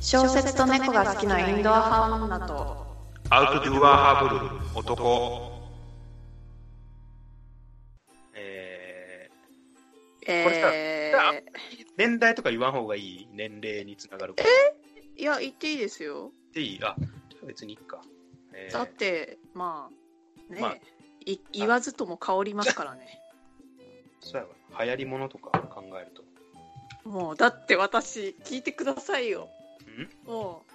小説と猫が好きなインドア派女とアウトドゥアハブル男ええこれさーー、年代とか言わん方がいい年齢につながるからいや言っていいですよでいいあじゃあ別にいっか、えーだってまあね、まあい言わずとも香りますからねそうやわ流行りものとか考えるともうだって私聞いてくださいよんもう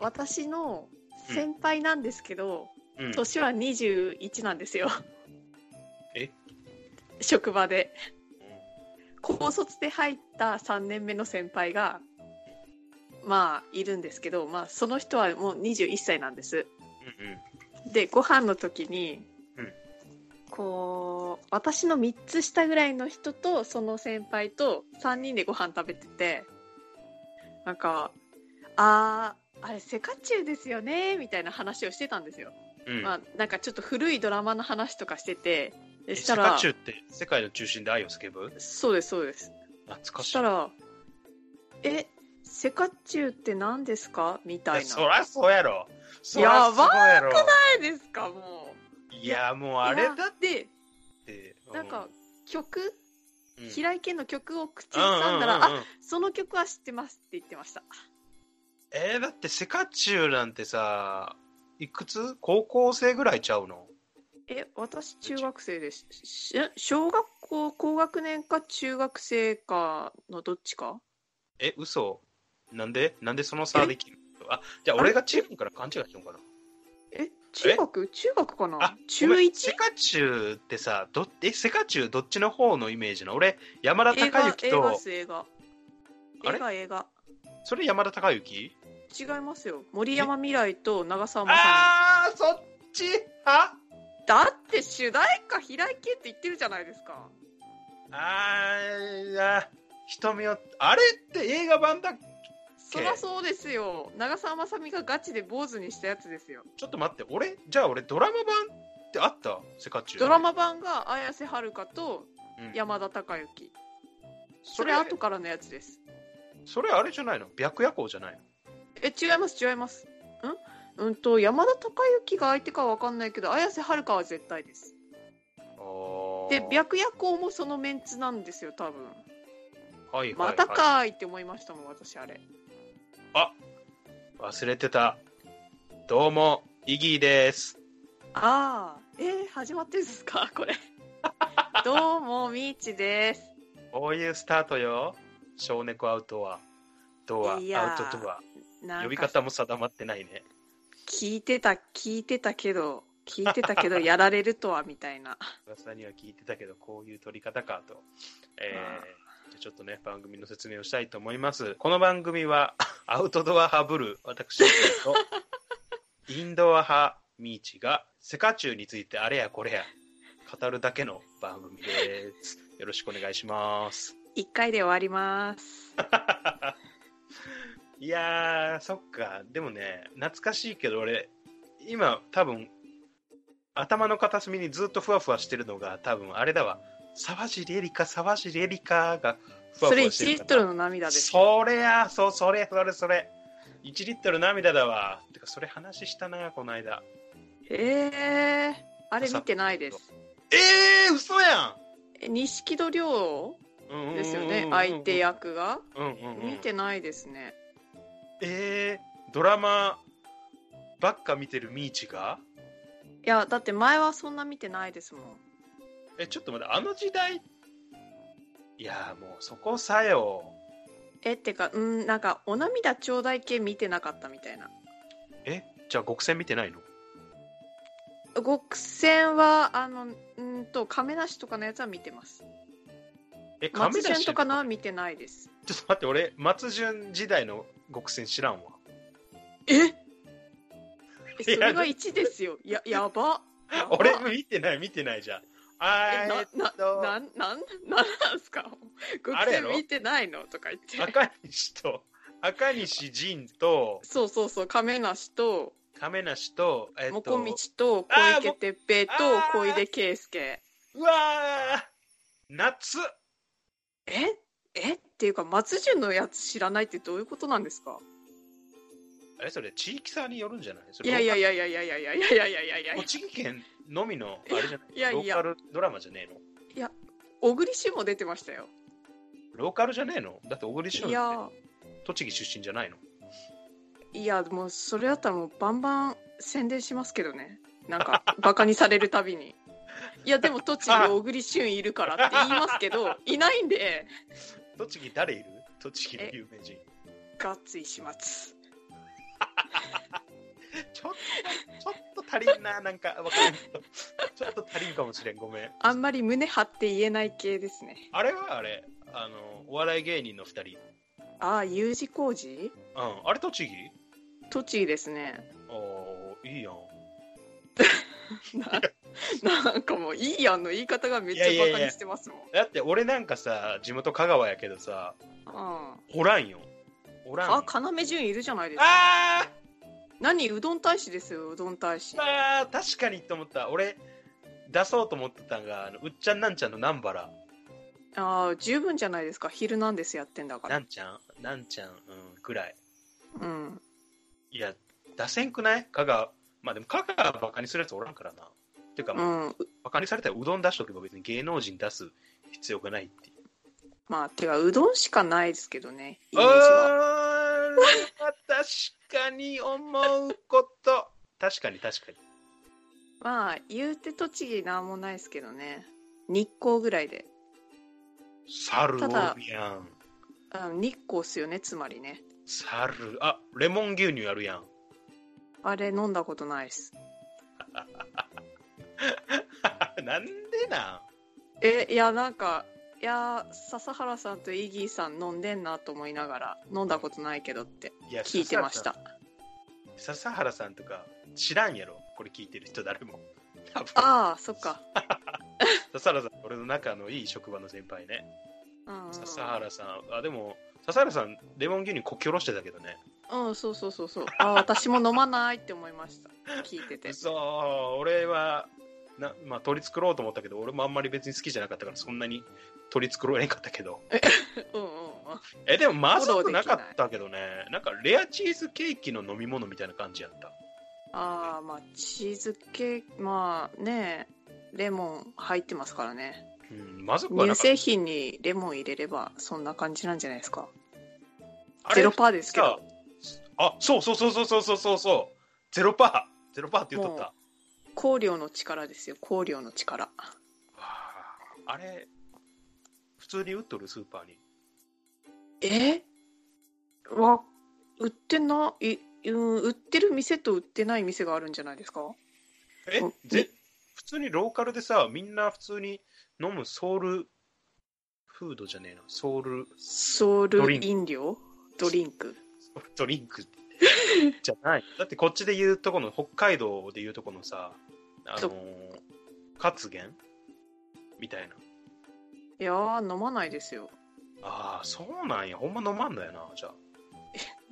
私の先輩なんですけど、うん年は21なんですよえ職場で高卒で入った3年目の先輩がまあいるんですけど、まあ、その人はもう21歳なんですうんうんでご飯の時に、うんこう私の3つ下ぐらいの人とその先輩と3人でご飯食べててなんか「あーあれセカチュウですよね」みたいな話をしてたんですよ。うんうんまあ、なんかちょっと古いドラマの話とかしててでえしたシらカチュウって世界の中心で愛を叫ぶそうですそうです懐そかしいしたら「えセカチュウって何ですか?」みたいいなやそらそうやろそらそうやろないですかもいやもうあれだっだっててなんか曲うん平井堅の曲を口ずうんさんだら、うんうんうんあその曲は知ってますって言ってましたえー、だってセカチュウなんてさいくつ高校生ぐらいちゃうのえ私中学生ですし小学校高学年か中学生かのどっちかえ嘘なんでなんでその差できるあじゃあ俺が中学から勘違いしてんのかなえ中学中学かなあ中ごめん 1? セカチュウってさどえセカチュウどっちの方のイメージなの俺山田映孝画之映画でとす映画あれ映画映画それ山田孝之違いますよ森山未来と長澤まさああーそっちあみだって主題歌平井堅って言ってるじゃないですかあーいや瞳をあれって映画版だそりゃそうですよ長澤まさみがガチで坊主にしたやつですよちょっと待って俺じゃあ俺ドラマ版ってあったセカチュウドラマ版が綾瀬はるかとうん山田孝之そそれれ後からのやつですそれあれじゃないの白夜行じゃないのえ違います違いますんうんと山田孝之が相手かわかんないけど綾瀬はるかは絶対ですあでー白夜行もそのメンツなんですよ多分はいはいはまいたかーいって思いましたもん私あれ忘れてたどうもイギーですああえー、始まってるんですか これどうもみーちですこういうスタートよ小猫アウトはドアアウいやートドアな呼んびか方も定まってないね聞いてた聞いてたけど聞いてたけどやられるとはみたいな噂には聞いてたけどこういう取り方かと、えーまあじゃあちょっとね番組の説明をしたいと思いますこの番組は アウトドア派ブルー私とインドア派ミーチがセカチュウについてあれやこれや語るだけの番組ですよろしくお願いします1回で終わります いやーそっかでもね懐かしいけど俺今多分頭の片隅にずっとふわふわしてるのが多分あれだわ沢尻エリカ沢尻エリカがふわそふれわして1るリットルの涙ですそれやそうそれそれそれ1リットル涙だわてかそれ話したなこの間えー、あれ見てないですえー、嘘やえ錦戸亮んうんうんうんうんですよね相手役がうんうんうん見てないですねえー、ドラマばっか見てるミーチがいやだって前はそんな見てないですもんえちょっと待ってあの時代いやーもうそこさよえってかうんなんかお涙ちょうだい系見てなかったみたいなえじゃあ極戦見てないの極戦はあのうんと亀梨とかのやつは見てますえ亀松田潤とかのは見てないですちょっと待って俺松潤時代の極戦知らんわええそいやれが1ですよ。や、やば。やば 俺見てない見てないじゃんあえなー、な、となん、なん、なんなんすか学あれや生ろ見てないのとか言って。赤西と赤西仁とそうそうそう、亀梨と、亀梨とえっもとこみちと、あー小池徹平とも、小出圭介。うわー夏ええっていうか松潤のやつ知らないってどういうことなんですかあれそれ地域差によるんじゃないそいれやいやいやいやいやいやいやいやいやいやいやいや栃木県のみのあれじゃないいやいやいやローカルドラマじゃねえの小栗旬も出てましたよローカルじゃねえのだって小栗旬いってや栃木出身じゃないのいやもうそれだったらもうバンバン宣伝しますけどねなんかバカにされるたびにいやでも栃木小栗旬いるからって言いますけどいないんで栃木誰いる栃木の有名人ガッツ石松ちょっとちょっと足り んななんかわかるけどちょっと足りんかもしれんごめんあんまり胸張って言えない系ですねあれはあれあのお笑い芸人の2人ああ U 字工事うんあれ栃木栃木ですね おーいいやんななんかもういいやんの言い方がめっちゃいやいやいやバカにしてますもんだって俺なんかさ地元香川やけどさうんおらんよおらんあ要潤いるじゃないですかあー何うどん大使ですようどん大使あー確かにと思った俺出そうと思ってたんがあのうっちゃんなんちゃんの南原ああ十分じゃないですか「ヒルナンデス」やってんだかならんちゃんなんちゃん、うん、ぐらいうんいや出せんくない香川まあでも香川バカにするやつおらんからなていうか、うんバカにされたらうどん出しとけば別に芸能人出す必要がないっていうまあてかうどんしかないですけどねイメージはあー確かに思うこと確かに確かにまあ言うて栃木なんもないですけどね日光ぐらいで猿ただおるやんあ日光っすよねつまりね猿あレモン牛乳あるやん あれ飲んだことないですなんでなんえいやなんかいやー笹原さんとイギーさん飲んでんなと思いながら飲んだことないけどっていや聞いてました笹原さん笹原さんとか知らんやろこれ聞いてる人誰も多分ああそっか笹原さん俺の仲のいい職場の先輩ねうんうん笹原さんあでも笹原さんレモン牛乳こき下ろしてたけどねうんそうそうそうそうあー私も飲まないって思いました聞いて てそう俺はな、まあ、取り繕ろうと思ったけど俺もあんまり別に好きじゃなかったからそんなに取り繕えなかったけどうんうんうんえでもまずくなかったけどねなんかレアチーズケーキの飲み物みたいな感じやったああまあチーズケーキまあねレモン入ってますからねうんまずくは乳なかっ製品にレモン入れればそんな感じなんじゃないですかたあれゼロパーですけさどあそうそうそうそうそうそうそうそうゼロパーゼロパーって言っとったも香料の力ですよ香料の力わああれ普通に売っとるスーパーにえわ売ってない、うん、売ってる店と売ってない店があるんじゃないですかえおぜ普通にローカルでさみんな普通に飲むソウルフードじゃねえなソウルソウドルリンク飲料ドリンクソウルドリン クじゃないだってこっちで言うとこの北海道で言うとこのさあのそー活源みたいないやー飲まないですよああそうなんやほんま飲まんのやなじゃあ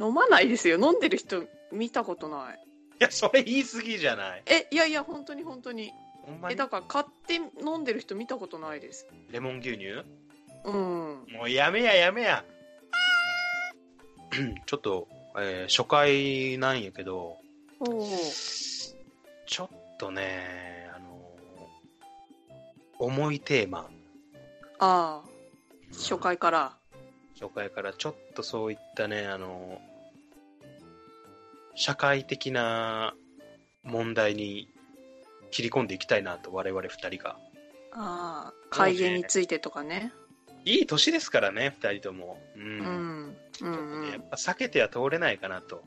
飲まないですよ飲んでる人見たことないいやそれ言い過ぎじゃないえいやいや本当に本当にほんまえにだから買って飲んでる人見たことないですレモン牛乳うんもうやめややめや ちょっと、えー初回なんやけどおちょっとね、あの重いテーマ、ああ初回から初回からちょっとそういったね、あの社会的な問題に切り込んでいきたいなと、我々二人が。ああ改元についてとかねいい年ですからね、二人とも。うん。うんうちょっとん、うね、やっん、ぱ避けては通れないかなと。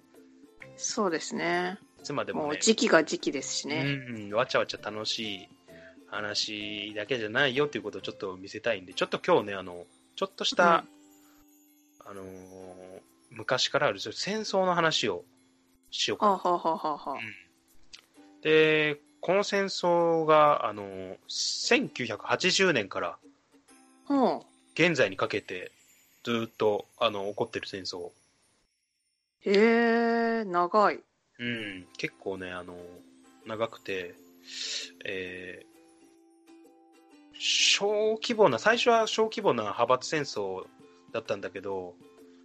そうですねいつまでも、ね、もう時期が時期ですしね、うん、わちゃわちゃ楽しい話だけじゃないよっていうことをちょっと見せたいんで、ちょっと今日ね、あの、ちょっとした、あのー昔からあるちょっと戦争の話をしようかはあな。はあはあはあはあで、この戦争が、あのー1980年からほう現在にかけて、ずっと、あの、起こってる戦争。へえ長いうん、結構ね、あの、長くて、えー小規模な、最初は小規模な派閥戦争だったんだけど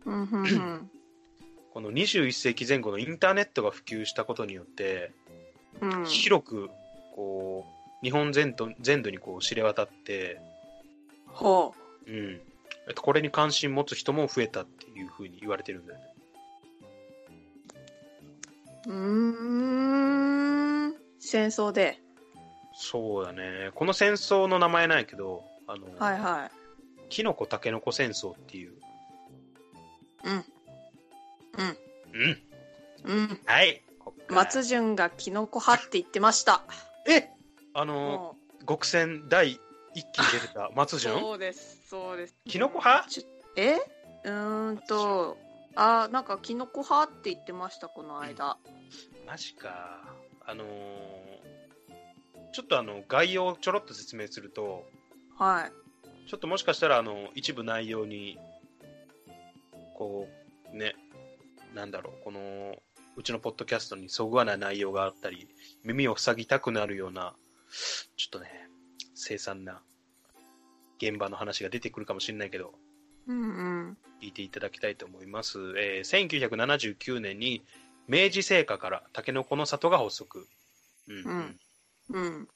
うんうんうんこの21世紀前後のインターネットが普及したことによってうん広くこう日本全土全土にこう知れ渡って、ほううん、えっとこれに関心持つ人も増えたっていうふうに言われてるんだよね。うーん戦争でそうだねこの戦争の名前なんやけどあの、はいはキノコタケノコ戦争っていう、いうんうん、うんうんはいこっから松潤がキノコ派って言ってましたえあの、も極戦第一期に出て た松う潤そうですそうですキノコ派ちょえうーんとあーなんかキノコ派って言ってましたこの間、マジかあのーちょっとあの概要をちょろっと説明するとはいちょっともしかしたらあの一部内容にこうねなんだろうこのうちのポッドキャストにそぐわない内容があったり耳を塞ぎたくなるようなちょっとね凄惨な現場の話が出てくるかもしれないけどうんうん聞いていただきたいと思います、えー1979年に明治製菓からタケノコの里が発足うんううんうん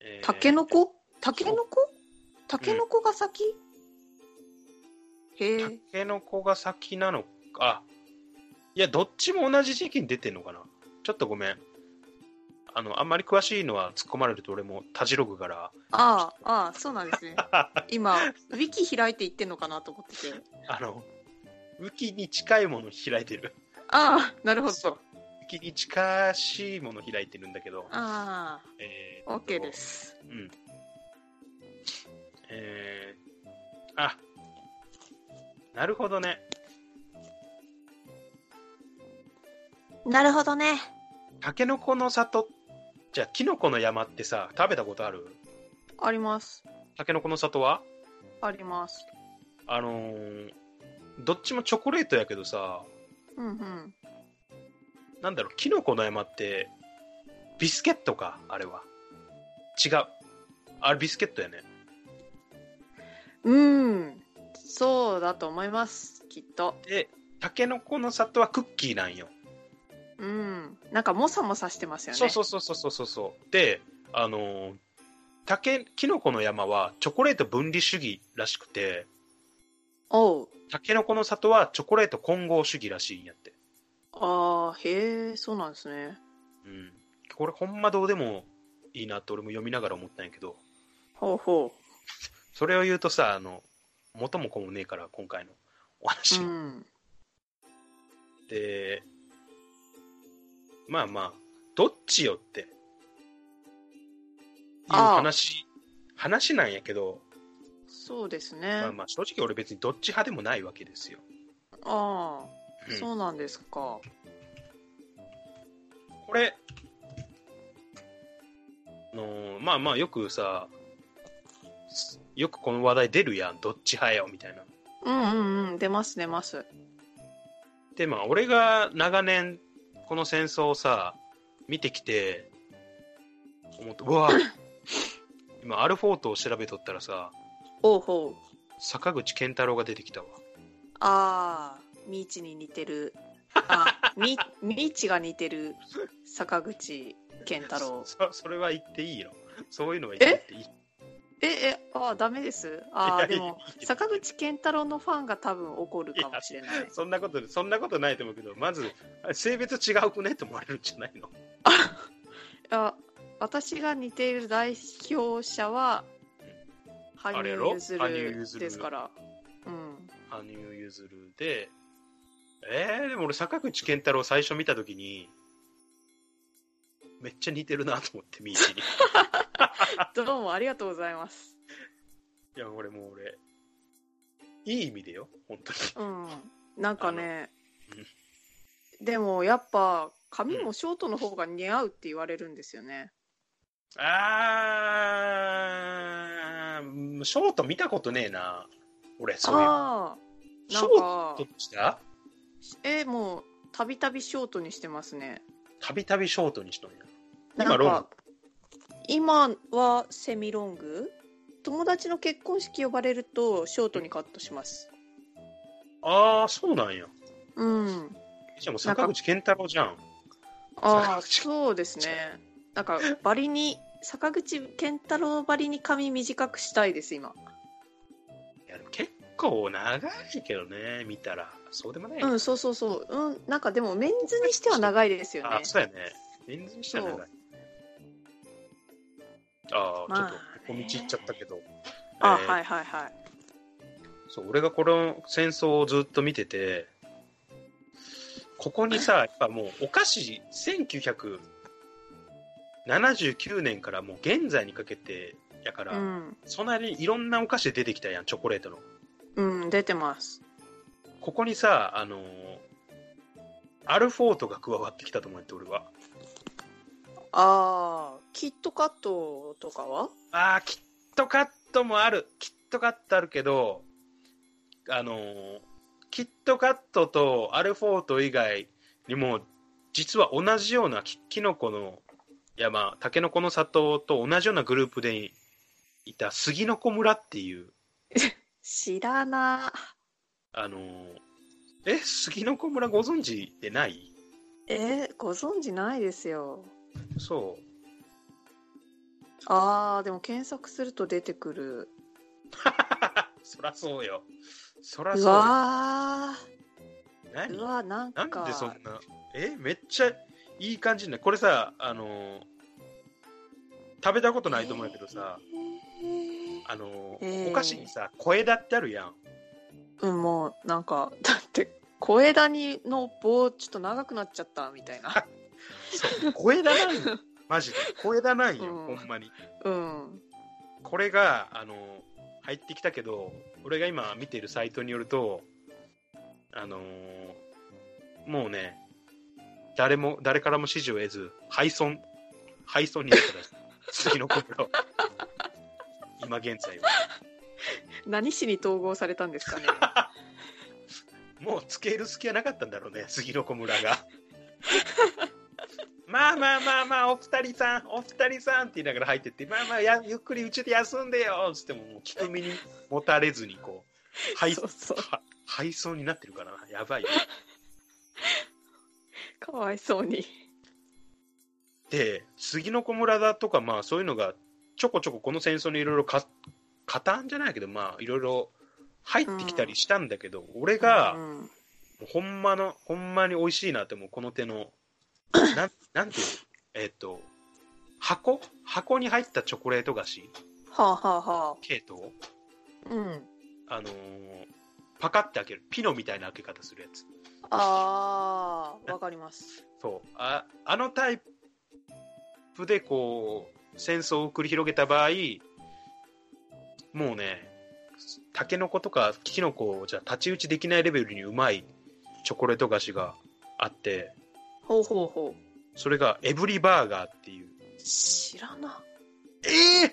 えータケノコタケノコタケノコが先、へタえケノコが先なのかあいやどっちも同じ時期に出てんのかなちょっとごめんあのあんまり詳しいのは突っ込まれると俺もたじろぐからああああそうなん ですね今ウィキ開いて言ってんのかなと思っててあの浮きに近いもの開いてるああなるほそうど浮きに近しいもの開いてるんだけどあえあーっと OK ですうん。えー、あ、なるほどね。なるほどねタケノコの里、じゃあ、キノコの山ってさ、食べたことあるありますタケノコの里はありますあのーどっちもチョコレートやけどさ、うんうんなんだろう、キノコの山って、ビスケットか、あれは。違う。あれ、ビスケットやね。うんそうだと思いますきっとで、タケノコの里はクッキーなんよ。うんなんかもさもさしてますよねそうそうそうそうそうそうであのー竹キノコの山はチョコレート分離主義らしくておうタケノコの里はチョコレート混合主義らしいんやって、ああへえそうなんですねうん、これほんまどうでもいいなって俺も読みながら思ったんやけどほうほそれを言うとさあの元も子もねえから今回のお話、ううんでまあまあどっちよっていう話話なんやけど、そうですね、まあまあ正直俺別にどっち派でもないわけですよ、ああうんそうなんですかこれあのーまあまあよくさすよくこの話題出るやんどっち派よみたいなうんうんうん出ます出ますでまあ俺が長年この戦争をさ見てきて思ってう わ今アルフォートを調べとったらさおうほう坂口健太郎が出てきたわああミーチに似てるあみミーチが似てる坂口健太郎そそれは言っていいよそういうのは言っていいええああダメですああいやでいやいもいよ坂口健太郎のファンが多分怒るかもしれないそんなことそんなことないと思うけどまず性別違うくねって思われるんじゃないのあ私が似ている代表者は羽あれや生ろ結羽生結弦弦ですからうん羽生結弦で、えー、でも俺、坂口健太郎最初見たときに、めっちゃ似てるなと思って、ミーチに。いどうもありがとうございますや、俺もう俺、いい意味でよ、本当に。うんなんかねでもやっぱ髪もショートの方が似合うって言われるんですよねあー、ショート見たことねえな。俺、そういう。ああシなョんーかトしたえもうたびたびショートにしてますねたびたびショートにしとんや。な今んロングか今はセミロング友達の結婚式呼ばれるとショートにカットしますああそうなんやうんじゃあもう坂口健太郎じゃんああそうですねなんかバリに坂口健太郎ばりに髪短くしたいです今いやでも結構長いけどね見たらそうでもない、うんそうそうそううんなんかでもメンズにしては長いですよあねそうやねメンズにしたら長いああ、まあちょっとここ道行っちゃったけど、あえーはいはいはいそう俺がこの戦争をずっと見ててここ にさやっぱもうお菓子1979年からもう現在にかけてやから、うん、そんなにいろんなお菓子出てきたやんチョコレートのうん、出てますここにさあのーアルフォートが加わってきたと思って俺はああキットカットとかはあーキットカットもあるキットカットあるけどあのーキットカットとアルフォート以外にも実は同じようなキキノコの山タケノコの里と同じようなグループでいた杉の子村っていう知らなあのーえ 杉の子村ご存知でないえーご存知ないですよそうあーでも検索すると出てくるそらそうよそらそううよわー何うわーなんなかんでそんなえめっちゃいい感じになこれさあのー食べたことないと思うんやけどさ、えーあのーえーお菓子にさ小枝ってあるやんうんもうなんか だって小枝にの棒ちょっと長くなっちゃったみたい なそう小 枝なんよマジで小枝なんよ、うんほんまにうんこれがあのー入ってきたけど俺が今見てるサイトによるとあのーもうね誰も誰からも支持を得ず廃村廃村になった らしい次の頃今現在は何市に統合されたんですかねもうつける隙はなかったんだろうね、杉の子村が。 まあまあまあまあ、お二人さん、お二人さんって言いながら入ってって、まあまあや、ゆっくりうちで休んでよっつっても、もう聞く耳にもたれずに、こう、配そうそう は配送になってるからな、やばいよ。かわいそうにで、杉の子村だとか、まあそういうのが、ちょこちょここの戦争にいろいろか、加担じゃないけど、まあいろいろ入ってきたりしたんだけど、俺が、うんほんまの、ほんまに美味しいなって、もうこの手の、なん、なんていうのえっ、と、箱箱に入ったチョコレート菓子はあはあは系統あうんあのーパカって開ける。ピノみたいな開け方するやつ。あーわかりますそう。あ、あのタイプでこう、戦争を繰り広げた場合、もうね、タケノコとかキノコをじゃ太刀打ちできないレベルにうまいチョコレート菓子があって、ほうほうほうそれがエブリバーガーっていう。知らなえ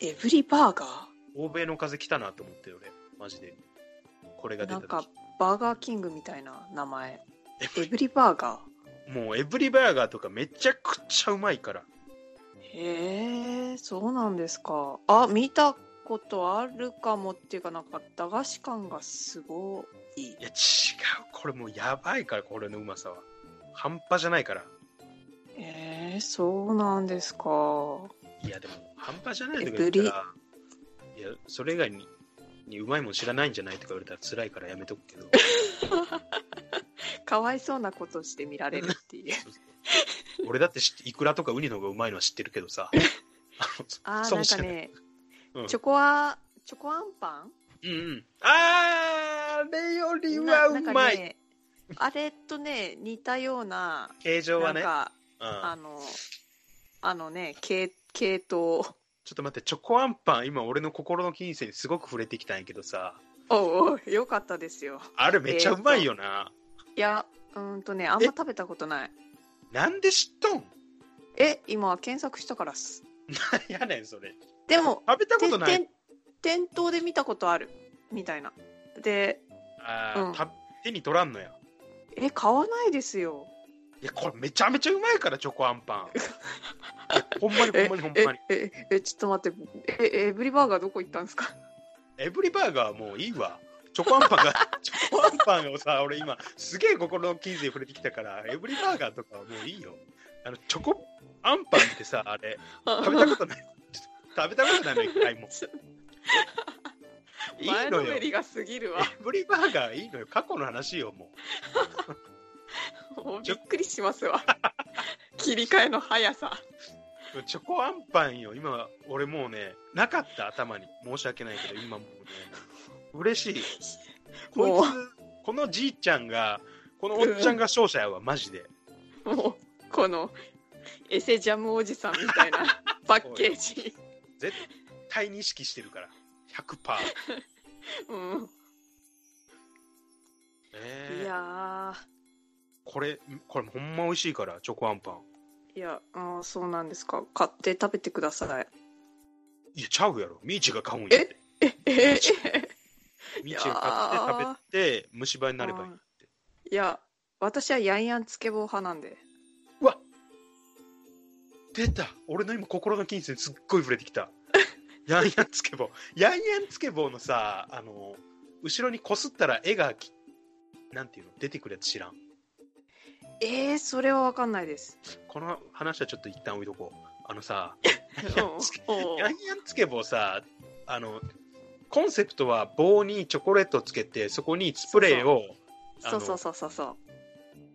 えエブリバーガー欧米の風来たなと思って俺マジでこれが出なたんか時バーガーキングみたいな名前エブリバーガもうエブリバーガーとかめちゃくちゃうまいからーへえそうなんですかあ見たことあるかもっていうかなんか駄菓子感がすごいいや違うこれもうやばいからこれのうまさは半端じゃないからえー、そうなんですかいやでも半端じゃないとかエブ言リったらいやそれ以外ににうまいもん知らないんじゃないとか言われたら辛いからやめとくけどかわいそうなことして見られるって いう俺だって知ってイクラとかウニの方がうまいのは知ってるけどさああーのそなんうじかゃないね、うんチョコアチョコアンパンうんうんあーあれよりはなうなんまかいねあれとね似たような形状なはんねかうんあのあのね系系統ちょっと待って、チョコアンパン、今俺の心の金銭にすごく触れてきたんやけどさ、おうおうよかったですよあれめっちゃうまいよな。いやうーんとねあんま食べたことないなんで知っとん え今検索したからっすやねん、それ。でも食べたこてとない。店店頭で見たことあるみたいなであーうんた手に取らんのや。え買わないですよ いや、これめちゃめちゃうまいから、チョコアンパン。ほんまにほんまにほんえまに。ええちょっと待ってえエブリバーガーどこ行ったんですか エブリバーガーはもういいわ。チョコアンパンが、 チョコアンパンをさ、俺今、すげえ心の傷に触れてきたから、エブリバーガーとかはもういいよ。あの、チョコアンパンってさ、あれ、食べたことない。ちょっと食べたことないの、一回も。い い前ののよ。めエりが過ぎるわブリバーガーいいのよ。過去の話よ、ももうびっくりしますわ切り替えの速さう。チョコアンパンよ、今、俺もうね、なかった、頭に。申し訳ないけど、今もうね、嬉しい。もこいつ、このじいちゃんが、このおっちゃんが勝者やわ、マジで。うもうこのエセジャムおじさんみたい なパッケージ絶対に意識してるから100%、うんいえー、やこれこれほんま美味しいからチョコアンパンーいやあーそうなんですか買って食べてくださいいやちゃうやろミーチが買うんやってええミーチが買って食べて虫歯になればいいっていや私はヤンヤンつけ棒派なんでうわ出た俺の今心の金銭すっごい触れてきた ヤンヤンつけ棒ヤンヤンつけ棒のさあの後ろにこすったら絵がきなんていうの出てくるやつ知らんえー、それは分かんない ですこの話はちょっと一旦置いとこうあのさうんおうヤンヤンつけ棒さあのコンセプトは棒にチョコレートつけてそこにスプレーをそうそうそうそうそう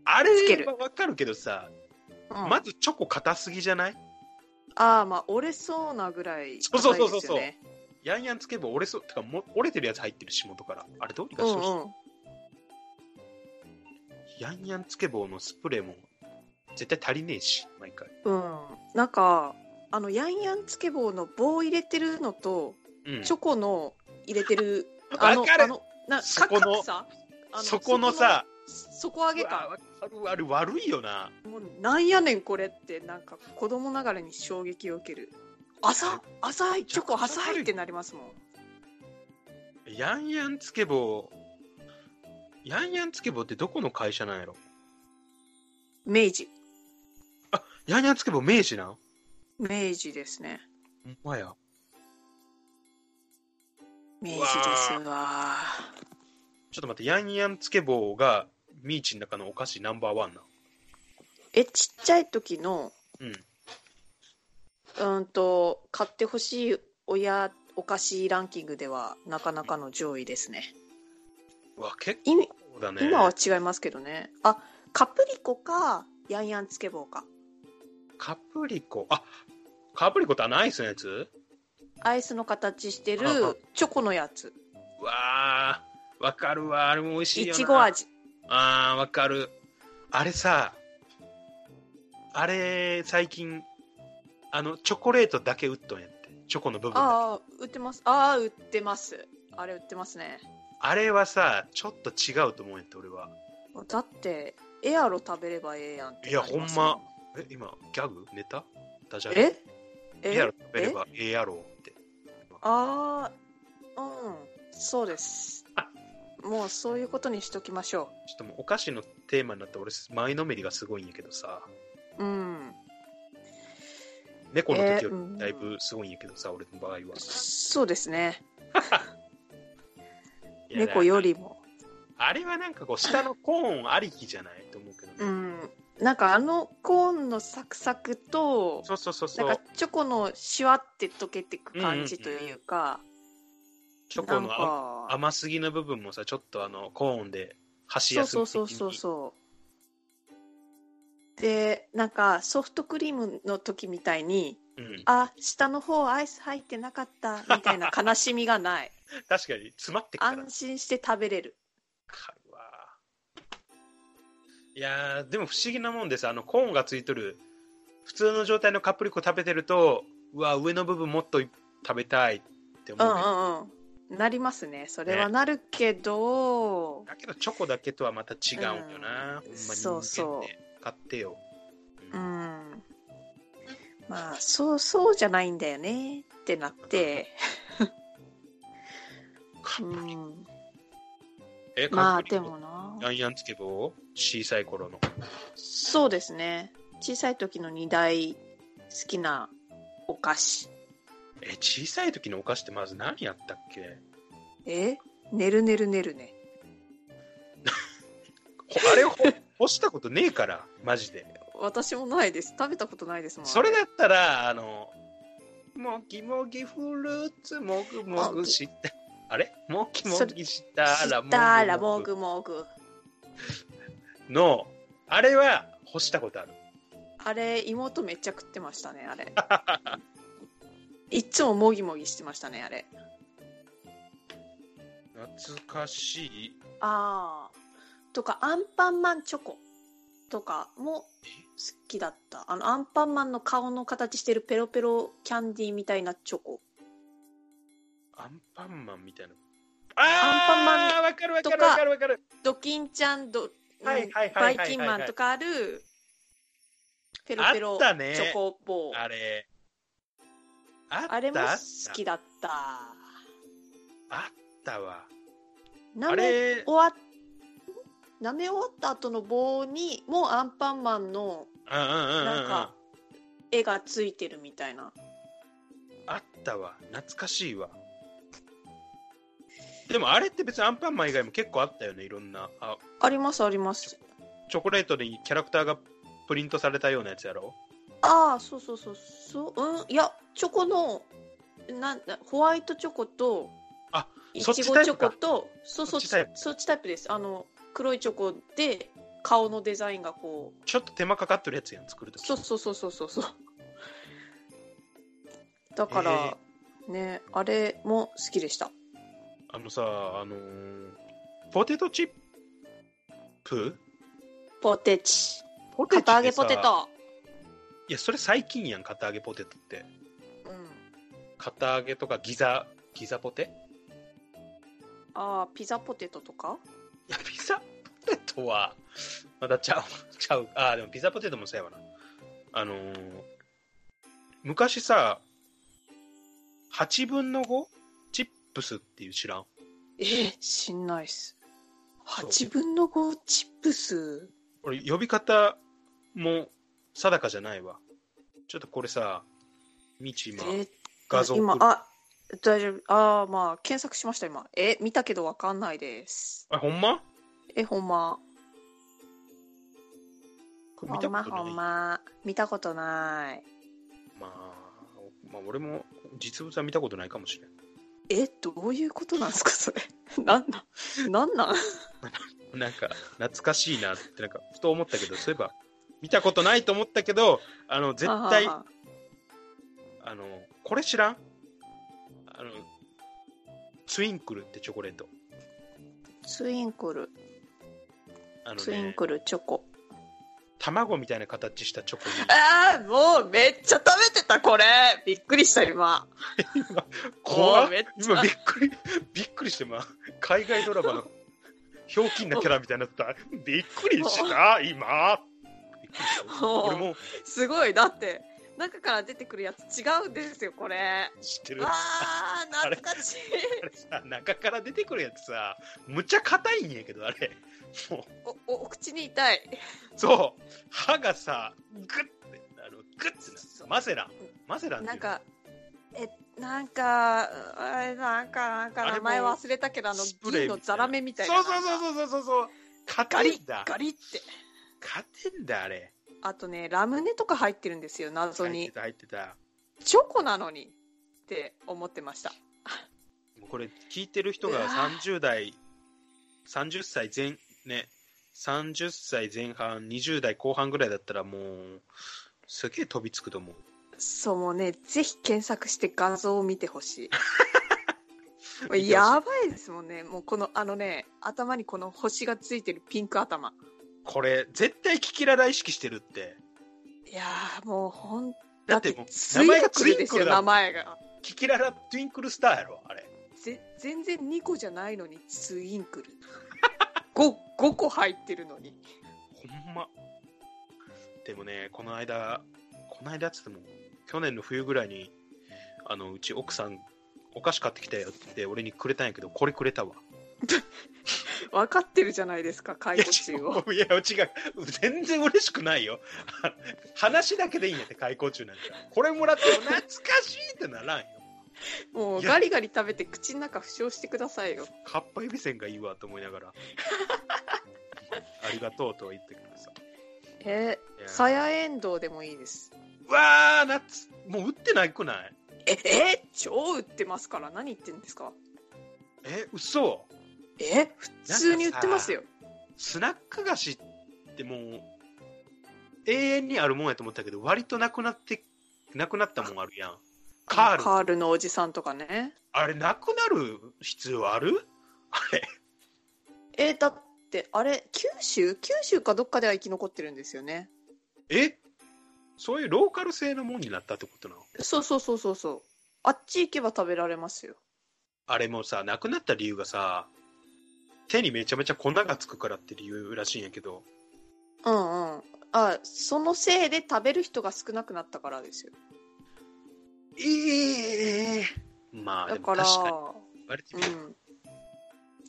あれつけるはわかるけどさ、うんまずチョコ硬すぎじゃないああまあ折れそうなぐらいそうそうそうそ硬いうですよねヤンヤンつけ棒折れそうてかも折れてるやつ入ってるし元からあれどうにかしてほしい、うんうんヤンヤンつけ棒のスプレーも絶対足りねえし毎回うん、なんかあのヤンヤンつけ棒の棒入れてるのと、うんチョコの入れて るかあるのあのなそこの格差あそこのさそこの底上げう感わあるある悪いよなもうなんやねんこれってなんか子供ながらに衝撃を受ける浅浅いチョコ浅いってなりますもんヤンヤンつけ棒ヤンヤンつけ棒ってどこの会社なんやろ明治ヤンヤンつけ棒明治なん明治ですねほんまや明治ですわちょっと待って、ヤンヤンつけ棒がミーチの中のお菓子ナンバーワンな。えちっちゃい時のうん。うんと買ってほしい親お菓子ランキングではなかなかの上位ですねうわ、結今構だね。今は違いますけどねあカプリコかヤンヤンつけ棒かカプリコ。あカプリコってあのアイスのやつアイスの形してるうんうんチョコのやつうわー、わかるわ。あれも美味しいよいな。ちご。味あー、わかる。あれさ、あれ、最近、あの、チョコレートだけ売っとんやって。チョコの部分だけああ売ってますああ売ってますあれ売ってますねあれはさ、ちょっと違うと思うんやって、俺は。だってエアロ食べればええやんってなりすもいやほんえ、今、ギャグネタダジャレええエアロ食べればええやろうって。ああうんそうですもうそういうことにしときましょちょっともうお菓子のテーマになった俺前のめりがすごいんやけどさううん猫の時よえーうんりだいぶすごいんやけどさ、俺の場合はそうですねいや猫よりもあれはなんかこう下のコーンありきじゃないと思うけどね、うんなんかあのコーンのサクサクとそうそうそうそなんうかチョコのシュワって溶けてく感じというか、チョコのあなんか甘すぎの部分もさちょっとあのコーンで箸そう休そみう的にそうそうそうでなんかソフトクリームの時みたいにうん、あ下の方アイス入ってなかったみたいな悲しみがない 確かに詰まってくからわ安心して食べれるかるわいやーでも不思議なもんでさあのコーンがついとる普通の状態のカプリコ食べてるとうわ上の部分もっと食べたいってう思んううけどんうんなりますねそれはねなるけど、だけどチョコだけとはまた違うんような、んほんまにそうそう人間って買ってよ、ううんんまあそうそうじゃないんだよねってな って、カうプリん、えまあカプリでコもなヤンヤンつけ棒小さい頃のそうですね小さい時の2台好きなお菓子え小さい時のお菓子ってまず何やったっけえねるねるねるねこあれ を干したことねえからマジで私もないです食べたことないですもんそれあだったらあの「もぎもぎフルーツもぐもぐした」あれもぎもぎしたら知ったらももぐもぐもぐぐのあれは干したことあるあれ妹めっちゃ食ってましたねあれいっつももぎもぎしてましたねあれ懐かしいああとかアンパンマンチョコとかも好きだったあのアンパンマンの顔の形してるペロペロキャンディーみたいなチョコアンパンマンみたいなアンパンマンああわかるわかるわかるわかるドキンちゃんド、はいうんはいはいはバいはいはいイキンマンとかあるペロペあロっチたねョコ棒あ,、あれあったれもあっ好きだったたあったわなあめれ終わっ舐め終わった後の棒にもアンパンマンのうんうんうんうんうんなんか絵がついてるみたいなあったわ懐かしいわでもあれって別にアンパンマン以外も結構あったよねいろんなあありますありますチョコレートにキャラクターがプリントされたようなやつやろああそうそうそうそううんいやチョコのなんだホワイトチョコとあいそっちちごタイチプョかコとそうそうそっちタイプそっちタイプですあの黒いチョコで顔のデザインがこうちょっと手間かかってるやつやん作るときそうそうそうそうそうそうだから、ねあれも好きでしたあのさあのーポテトチップポテチポテチって片さ揚げポテトいやそれ最近やん片揚げポテトってうん片揚げとかギザギザポテああピザポテトとかいやピザポテトはまだちゃうちゃうあーでもピザポテトもそうやわなあのー昔さ8分の5チップスっていう知らんえー、しんないっす8分の5チップス俺呼び方も定かじゃないわちょっとこれさ未知今えー画像今送るあ大丈夫ああまあ検索しました今え見たけどわかんないですあほんまえほんまこれほ見たんまことほないんま見たことないまあ、まあ俺も実物は見たことないかもしれんえどういうことなんですかそれ なんなんなんなんなんか懐かしいなってなんかふと思ったけどそういえば見たことないと思ったけどあの絶対ああははのこれ知らんあのツインクルってチョコレートツインクルあの、ね、ツインクルチョコ卵みたいな形したチョコああもうめっちゃ食べてたこれびっくりした今に怖おーめっいちゃ今びっくりびっくりしてま海外ドラマのひょうきんなキャラみたいになったびっくりした今びっくりしたもう俺もすごいだって中から出てくるやつ違うんですよこ れ知ってるあー懐か しいあれさ中から出てくるやつさむっちゃ硬いんやけどあれもうおおお口に痛いそう歯がさグッてあのグッてなマゼランマゼランってないんうのか、え、なんか、あれ、なんか、なんあか、れも名前忘れたけど、あのス、プ銀レーみたいなのザラメみたいな。そうそうそうそうそうそうガ硬リいんッ、だガリって。硬いんだあれあとね、ラムネとか入ってるんですよ、謎入ってに。た入ってたチョコなのにって思ってました。もうこれ聞いてる人うがわ30代30歳前ね30歳前半20代後半ぐらいだったらもうすげえ飛びつくと思うそう、もうね、ぜひ検索して画像を見てほ しい。もう見てほしいやばいですもんね。もうこの、あのね、頭にこの星がついてるピンク頭。これ絶対キキララ意識してるっていやー、もうほん、だってもうツ名イ前ンがクツルインクルですよ、だも名ん前が。キキララトゥインクルスターやろあれぜ全然2個じゃないのにツインクル 5, 5個入ってるのにほんまでもねこの間この間っつっても去年の冬ぐらいにあのうち奥さんお菓子買ってきたよって俺にくれたんやけどこれくれたわ分かってるじゃないですか介護中をいや違う全然嬉しくないよ 話だけでいいんやって開口中なんかこれもらっても懐かしいってならんよもういやガリガリ食べて口の中負傷してくださいよかっぱえびせんがいいわと思いながらありがとうとは言ってくるさえいやー、さやえんどうでもいいですうわあ夏もう打ってないくないええ超売ってますから何言ってんですかえ嘘え普通に売ってますよスナック菓子ってもう永遠にあるもんやと思ったけど割となくなってなくなったもんあるやんカールカールのおじさんとかねあれなくなる必要あるあれえーだってあれ九州九州かどっかでは生き残ってるんですよねえそういうローカル製のもんになったってことなのそうそうそうそうそうあっち行けば食べられますよあれもさなくなった理由がさ手にめちゃめちゃ粉がつくからって理由らしいんやけどうんうんあそのせいで食べる人が少なくなったからですよええまあだでもか確らかに言われてうみればん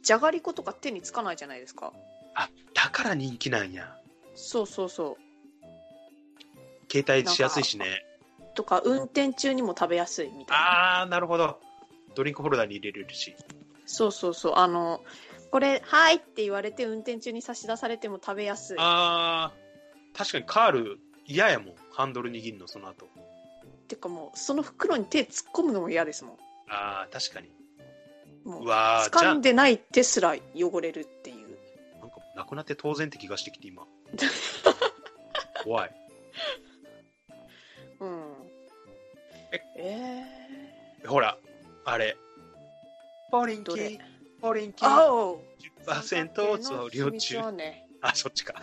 じゃがりことか手につかないじゃないですかあだから人気なんやそうそうそ携帯しやすいしねうとか運転中にも食べやすいみたいなあーなるほどドリンクホルダーに入れれるしそうそうそうあのこれ「はい」って言われて運転中に差し出されても食べやすいあー確かにカール嫌やもんハンドル握るのその後てかもうその袋に手突っ込むのも嫌ですもあー確かにんもううわーじゃあ掴んでない手すら汚れるっていうなんかもうなくなって当然って気がしてき て今怖いうんええほらあれポリンキどれーポリンキー、ー青10%増量中はねあそっちか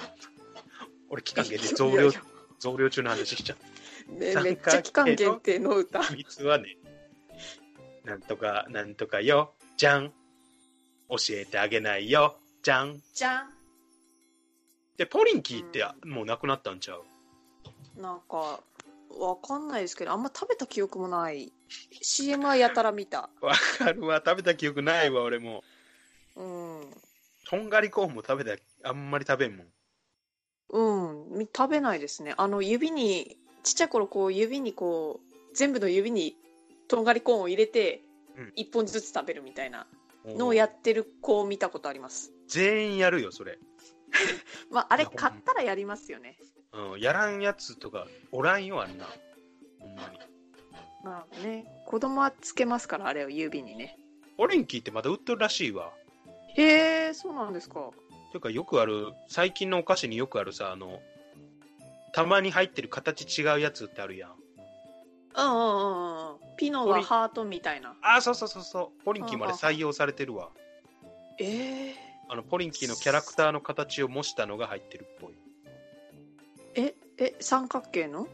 俺期間 限定増量いや増量中の話しちゃうめ参加めっちゃ期間限定の歌秘密はねなんとかなんとかよじゃん教えてあげないよじゃんじゃんでポリンキーってもうなくなったんちゃうなんかわかんないですけどあんま食べた記憶もない CM はやたら見たわかるわ食べた記憶ないわ俺もうんとんがりコーンも食べたあんまり食べんもんうんみ食べないですねあの指にちっちゃい頃こう指にこう全部の指にとんがりコーンを入れてうん一本ずつ食べるみたいなのをやってる子を見たことあります全員やるよそれ、まああれいやほん買ったらやりますよねうん、やらんやつとかおらんよあんなほんまにまあね子供はつけますからあれを指にねポリンキーってまだ売ってるらしいわへえそうなんですかていうかよくある最近のお菓子によくあるさあのたまに入ってる形違うやつってあるやんうんうんうんうんピノはハートみたいなあーそうそうそうそうポリンキーまではあはあ採用されてるわえー、あのポリンキーのキャラクターの形を模したのが入ってるっぽいええ三角形の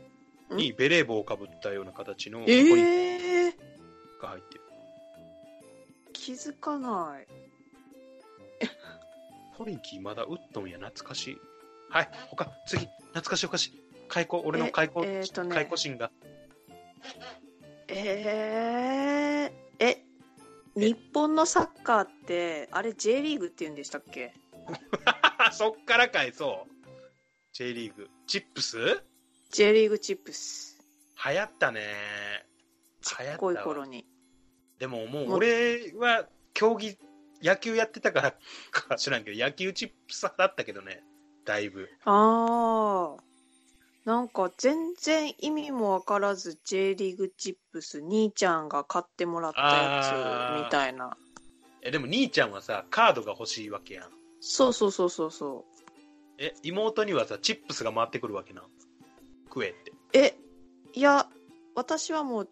んにベレー帽をかぶったような形のポリンキーえー、が入ってる、気づかないポリンキーまだウッドンや懐かしいはい他次懐かしいお菓子開口俺の開口、ええーとね開口心がえー、え日本のサッカーってあれ J リーグって言うんでしたっけそっからかいそう J リーグチップス流 J リーグチップス行ったねち流行っったこわい頃にでももうもう俺は競技野球やってたからか知らんけど野球チップスだったけどねだいぶああなんか全然意味もわからず J リーグチップス兄ちゃんが買ってもらったやあーつみたいなえでも兄ちゃんはさカードが欲しいわけやんそうそうそうそうそうえ妹にはさチップスが回ってくるわけなん食えってえいや私はもう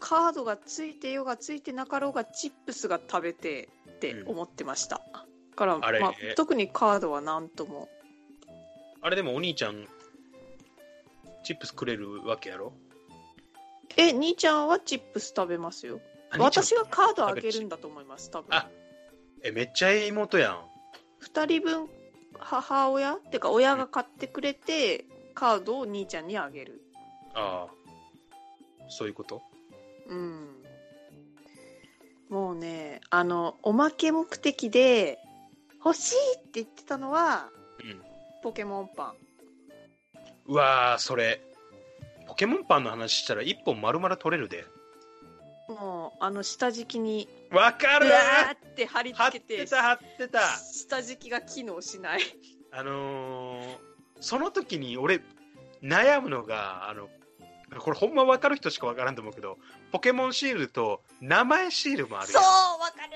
カードがついてようがついてなかろうがチップスが食べてって思ってました、だからあれまあ、特にカードは何ともあれでもお兄ちゃんチップスくれるわけやろえ兄ちゃんはチップス食べますよあ兄ちゃん私がカードあげるんだと思います多分あえめっちゃええ妹やん2人分母親ってか親が買ってくれてカードを兄ちゃんにあげるああそういうことうんもうねあのおまけ目的で欲しいって言ってたのはうん、ポケモンパンうわーそれポケモンパンの話したら一本丸々取れるでもうあの下敷きにわかうるわーって貼り貼っ付けててた貼ってた下敷きが機能し ないあのーその時に俺悩むのがあのこれほんま分かる人しか分からんと思うけどポケモンシールと名前シールもあるそやうんわかる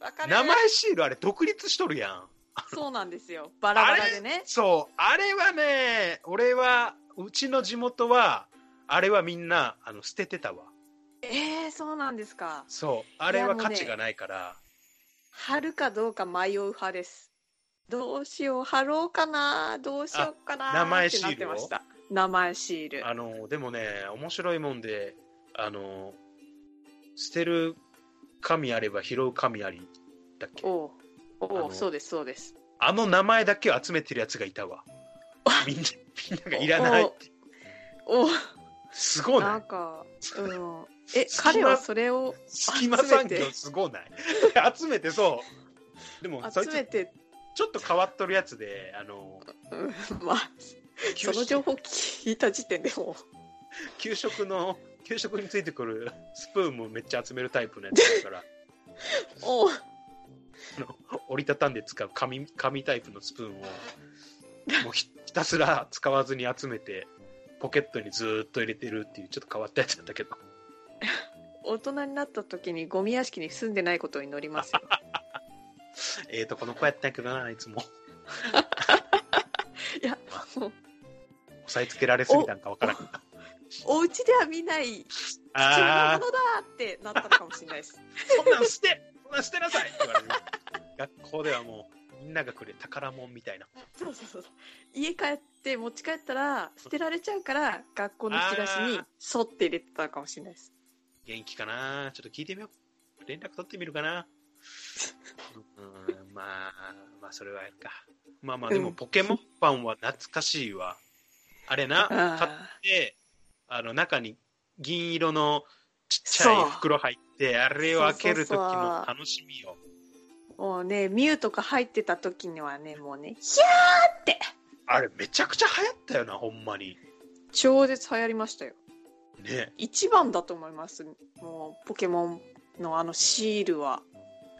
わかる名前シールあれ独立しとるやんそうなんですよバラバラでねそうあれはね俺はうちの地元はあれはみんなあの捨ててたわえー、そうなんですかそうあれいやはあのね価値がないから貼るかどうか迷う派ですどうしよう貼ろうかなどうしようかなあ名前ってなってました名前シールあのでもね面白いもんであの捨てる神あれば拾う神ありだっけおうあおのうそうですそうですあの名前だけを集めてるやつがいたわあみんなみんながいらないっておうすごなないんか、うん、え隙間彼はそれを隙間産集め業てすごない 集めてそうでもそい集つめて、ちょっと変わっとるやつであのうん、まあその情報聞いた時点でもう給食の給食についてくるスプーンもめっちゃ集めるタイプのやつだから おう折りたたんで使う紙紙タイプのスプーンをもうひひたすら使わずに集めてポケットにずーっと入れてるっていうちょっと変わったやつだったけど大人になった時にゴミ屋敷に住んでないことに乗りますよええとこの子やったんやけどないつも いやも う押さえつけられすぎたんかわからんけどお家では見ない貴重なあもあのだってなったのかもしれないです そんなん捨てそんなん捨てなさいって言われる学校ではもうみんながくれ宝物みたいなそうそうそう家帰って持ち帰ったら捨てられちゃうから学校の引き出しに沿って入れてたのかもしれないです元気かなちょっと聞いてみよう連絡取ってみるかなうんまあまあそれはやるかまあまあでもうんポケモンパンは懐かしいわあれな買っあてあの中に銀色のちっちゃい袋入ってあれを開ける時の楽しみよあもうねミュウとか入ってた時にはねもうねひゃーってあれめちゃくちゃ流行ったよなほんまに超絶流行りましたよね一番だと思いますもうポケモンのあのシールは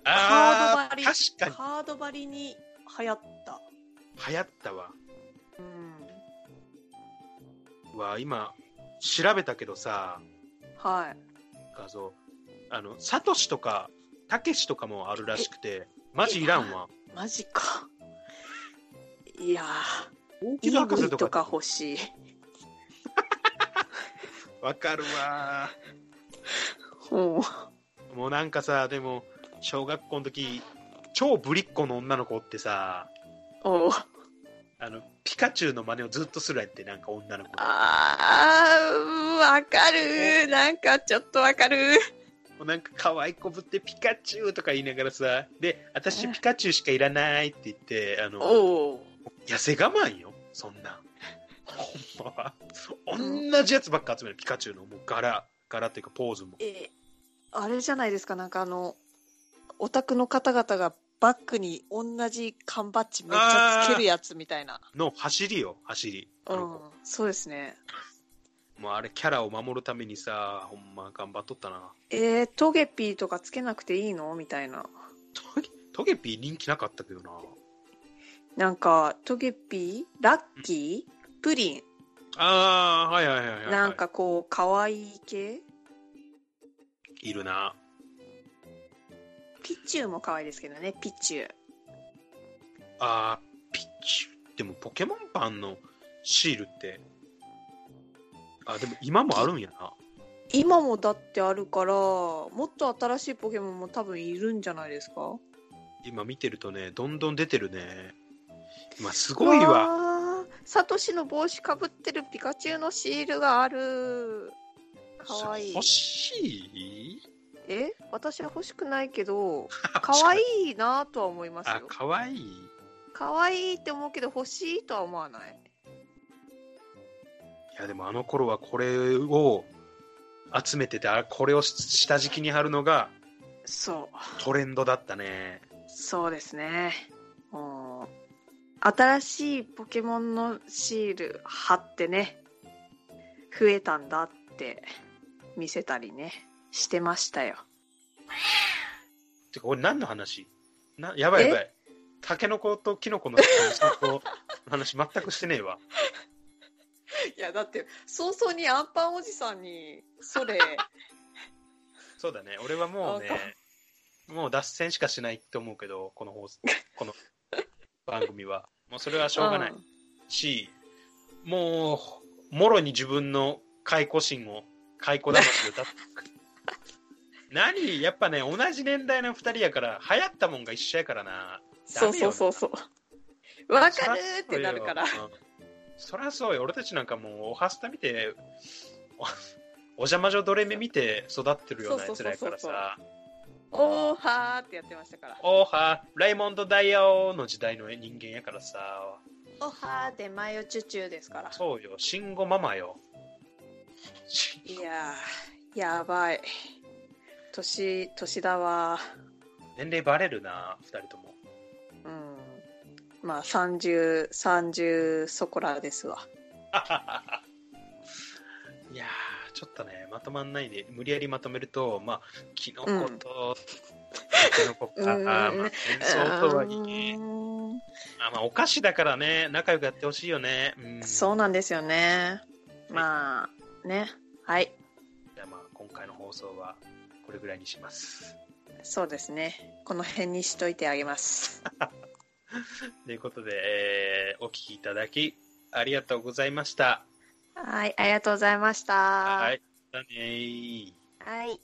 あカードあ張り確かにカード張りに流行った流行ったわうんうわ今調べたけどさはい画像あのサトシとかたけしとかもあるらしくてマジいらんわマジか いや大ー木戸博 EV 士ととかか欲しいわかるわうんーもうなんかさでも小学校の時超ぶりっ子の女の子ってさおうあのピカチュウの真似をずっとするやってなんか女の子もあーわかるなんかちょっとわかるうなんか可愛い子ぶってピカチュウとか言いながらさで私ピカチュウしかいらないって言ってあのおう痩せ我慢よそんなんほんまは同じやつばっか集めるピカチュウのもう柄柄っていうかポーズもえあれじゃないですかなんかあのオタクの方々がバッグに同じ缶バッジめっちゃつけるやつみたいなの走りよ走りあうのん子そうですねもうあれキャラを守るためにさほんま頑張っとったなえー、トゲピーとかつけなくていいのみたいなトゲトゲピー人気なかったけどななんかトゲピーラッキープリンあーはいはいはいはい、はい、なんかこう可愛い系いるなピチューも可愛いですけどねピチューあーピッチュでもポケモンパンのシールってあでも今もあるんやな今もだってあるからもっと新しいポケモンも多分いるんじゃないですか今見てるとねどんどん出てるね今すごいわあーサトシの帽子かぶってるピカチュウのシールがあるかわいそれい欲しいえ私は欲しくないけ ど可愛いなとは思いますあよかわいい可愛いって思うけど欲しいとは思わないいやでもあの頃はこれを集めててあこれを下敷きに貼るのがそうトレンドだったねそうですねう新しいポケモンのシール貼ってね増えたんだって見せたりねしてましたよてか、これ何の話なやばいやばい。タケノコとキノコの話と話全くしてねえわ。いやだって早々にアンパンおじさんにそ れそうだね。俺はもうねあ、もう脱線しかしないと思うけど、この放送、この番組は。もうそれはしょうがないんし、もう、もろに自分の解雇心を、解雇魂を出す。 何やっぱね、同じ年代の二人やから、流行ったもんが一緒やからな。そうそうそうそうわかるーってなるからそりゃそうよ,うん、そりゃそうよ俺たちなんかもうおはスタ見ておお邪魔女ドレミ見て育ってるようなやつらやからそうそうさおーはーってやってましたからオーハーライモンド・ダイヤオの時代の人間やからさおーはーでマヨチュチュですからそうよ慎吾ママよしいやーやばい年年だわ年齢バレるな2人ともうんまあ3030そこらですわいやーちょっとねまとまんないで無理やりまとめるとまあキノコと、キノコか、うんあーまあ、戦争とはいえうーんあまあ、お菓子だからね、仲良くやってほしいよね。うん、そうなんですよねまあねはいじゃあまあ、今回の放送はこれぐらいにします。そうですねこの辺にしといてあげ ますということで、えーお聞きいただき、ありがとうございました。はいありがとうございましたはい。じゃあねーはい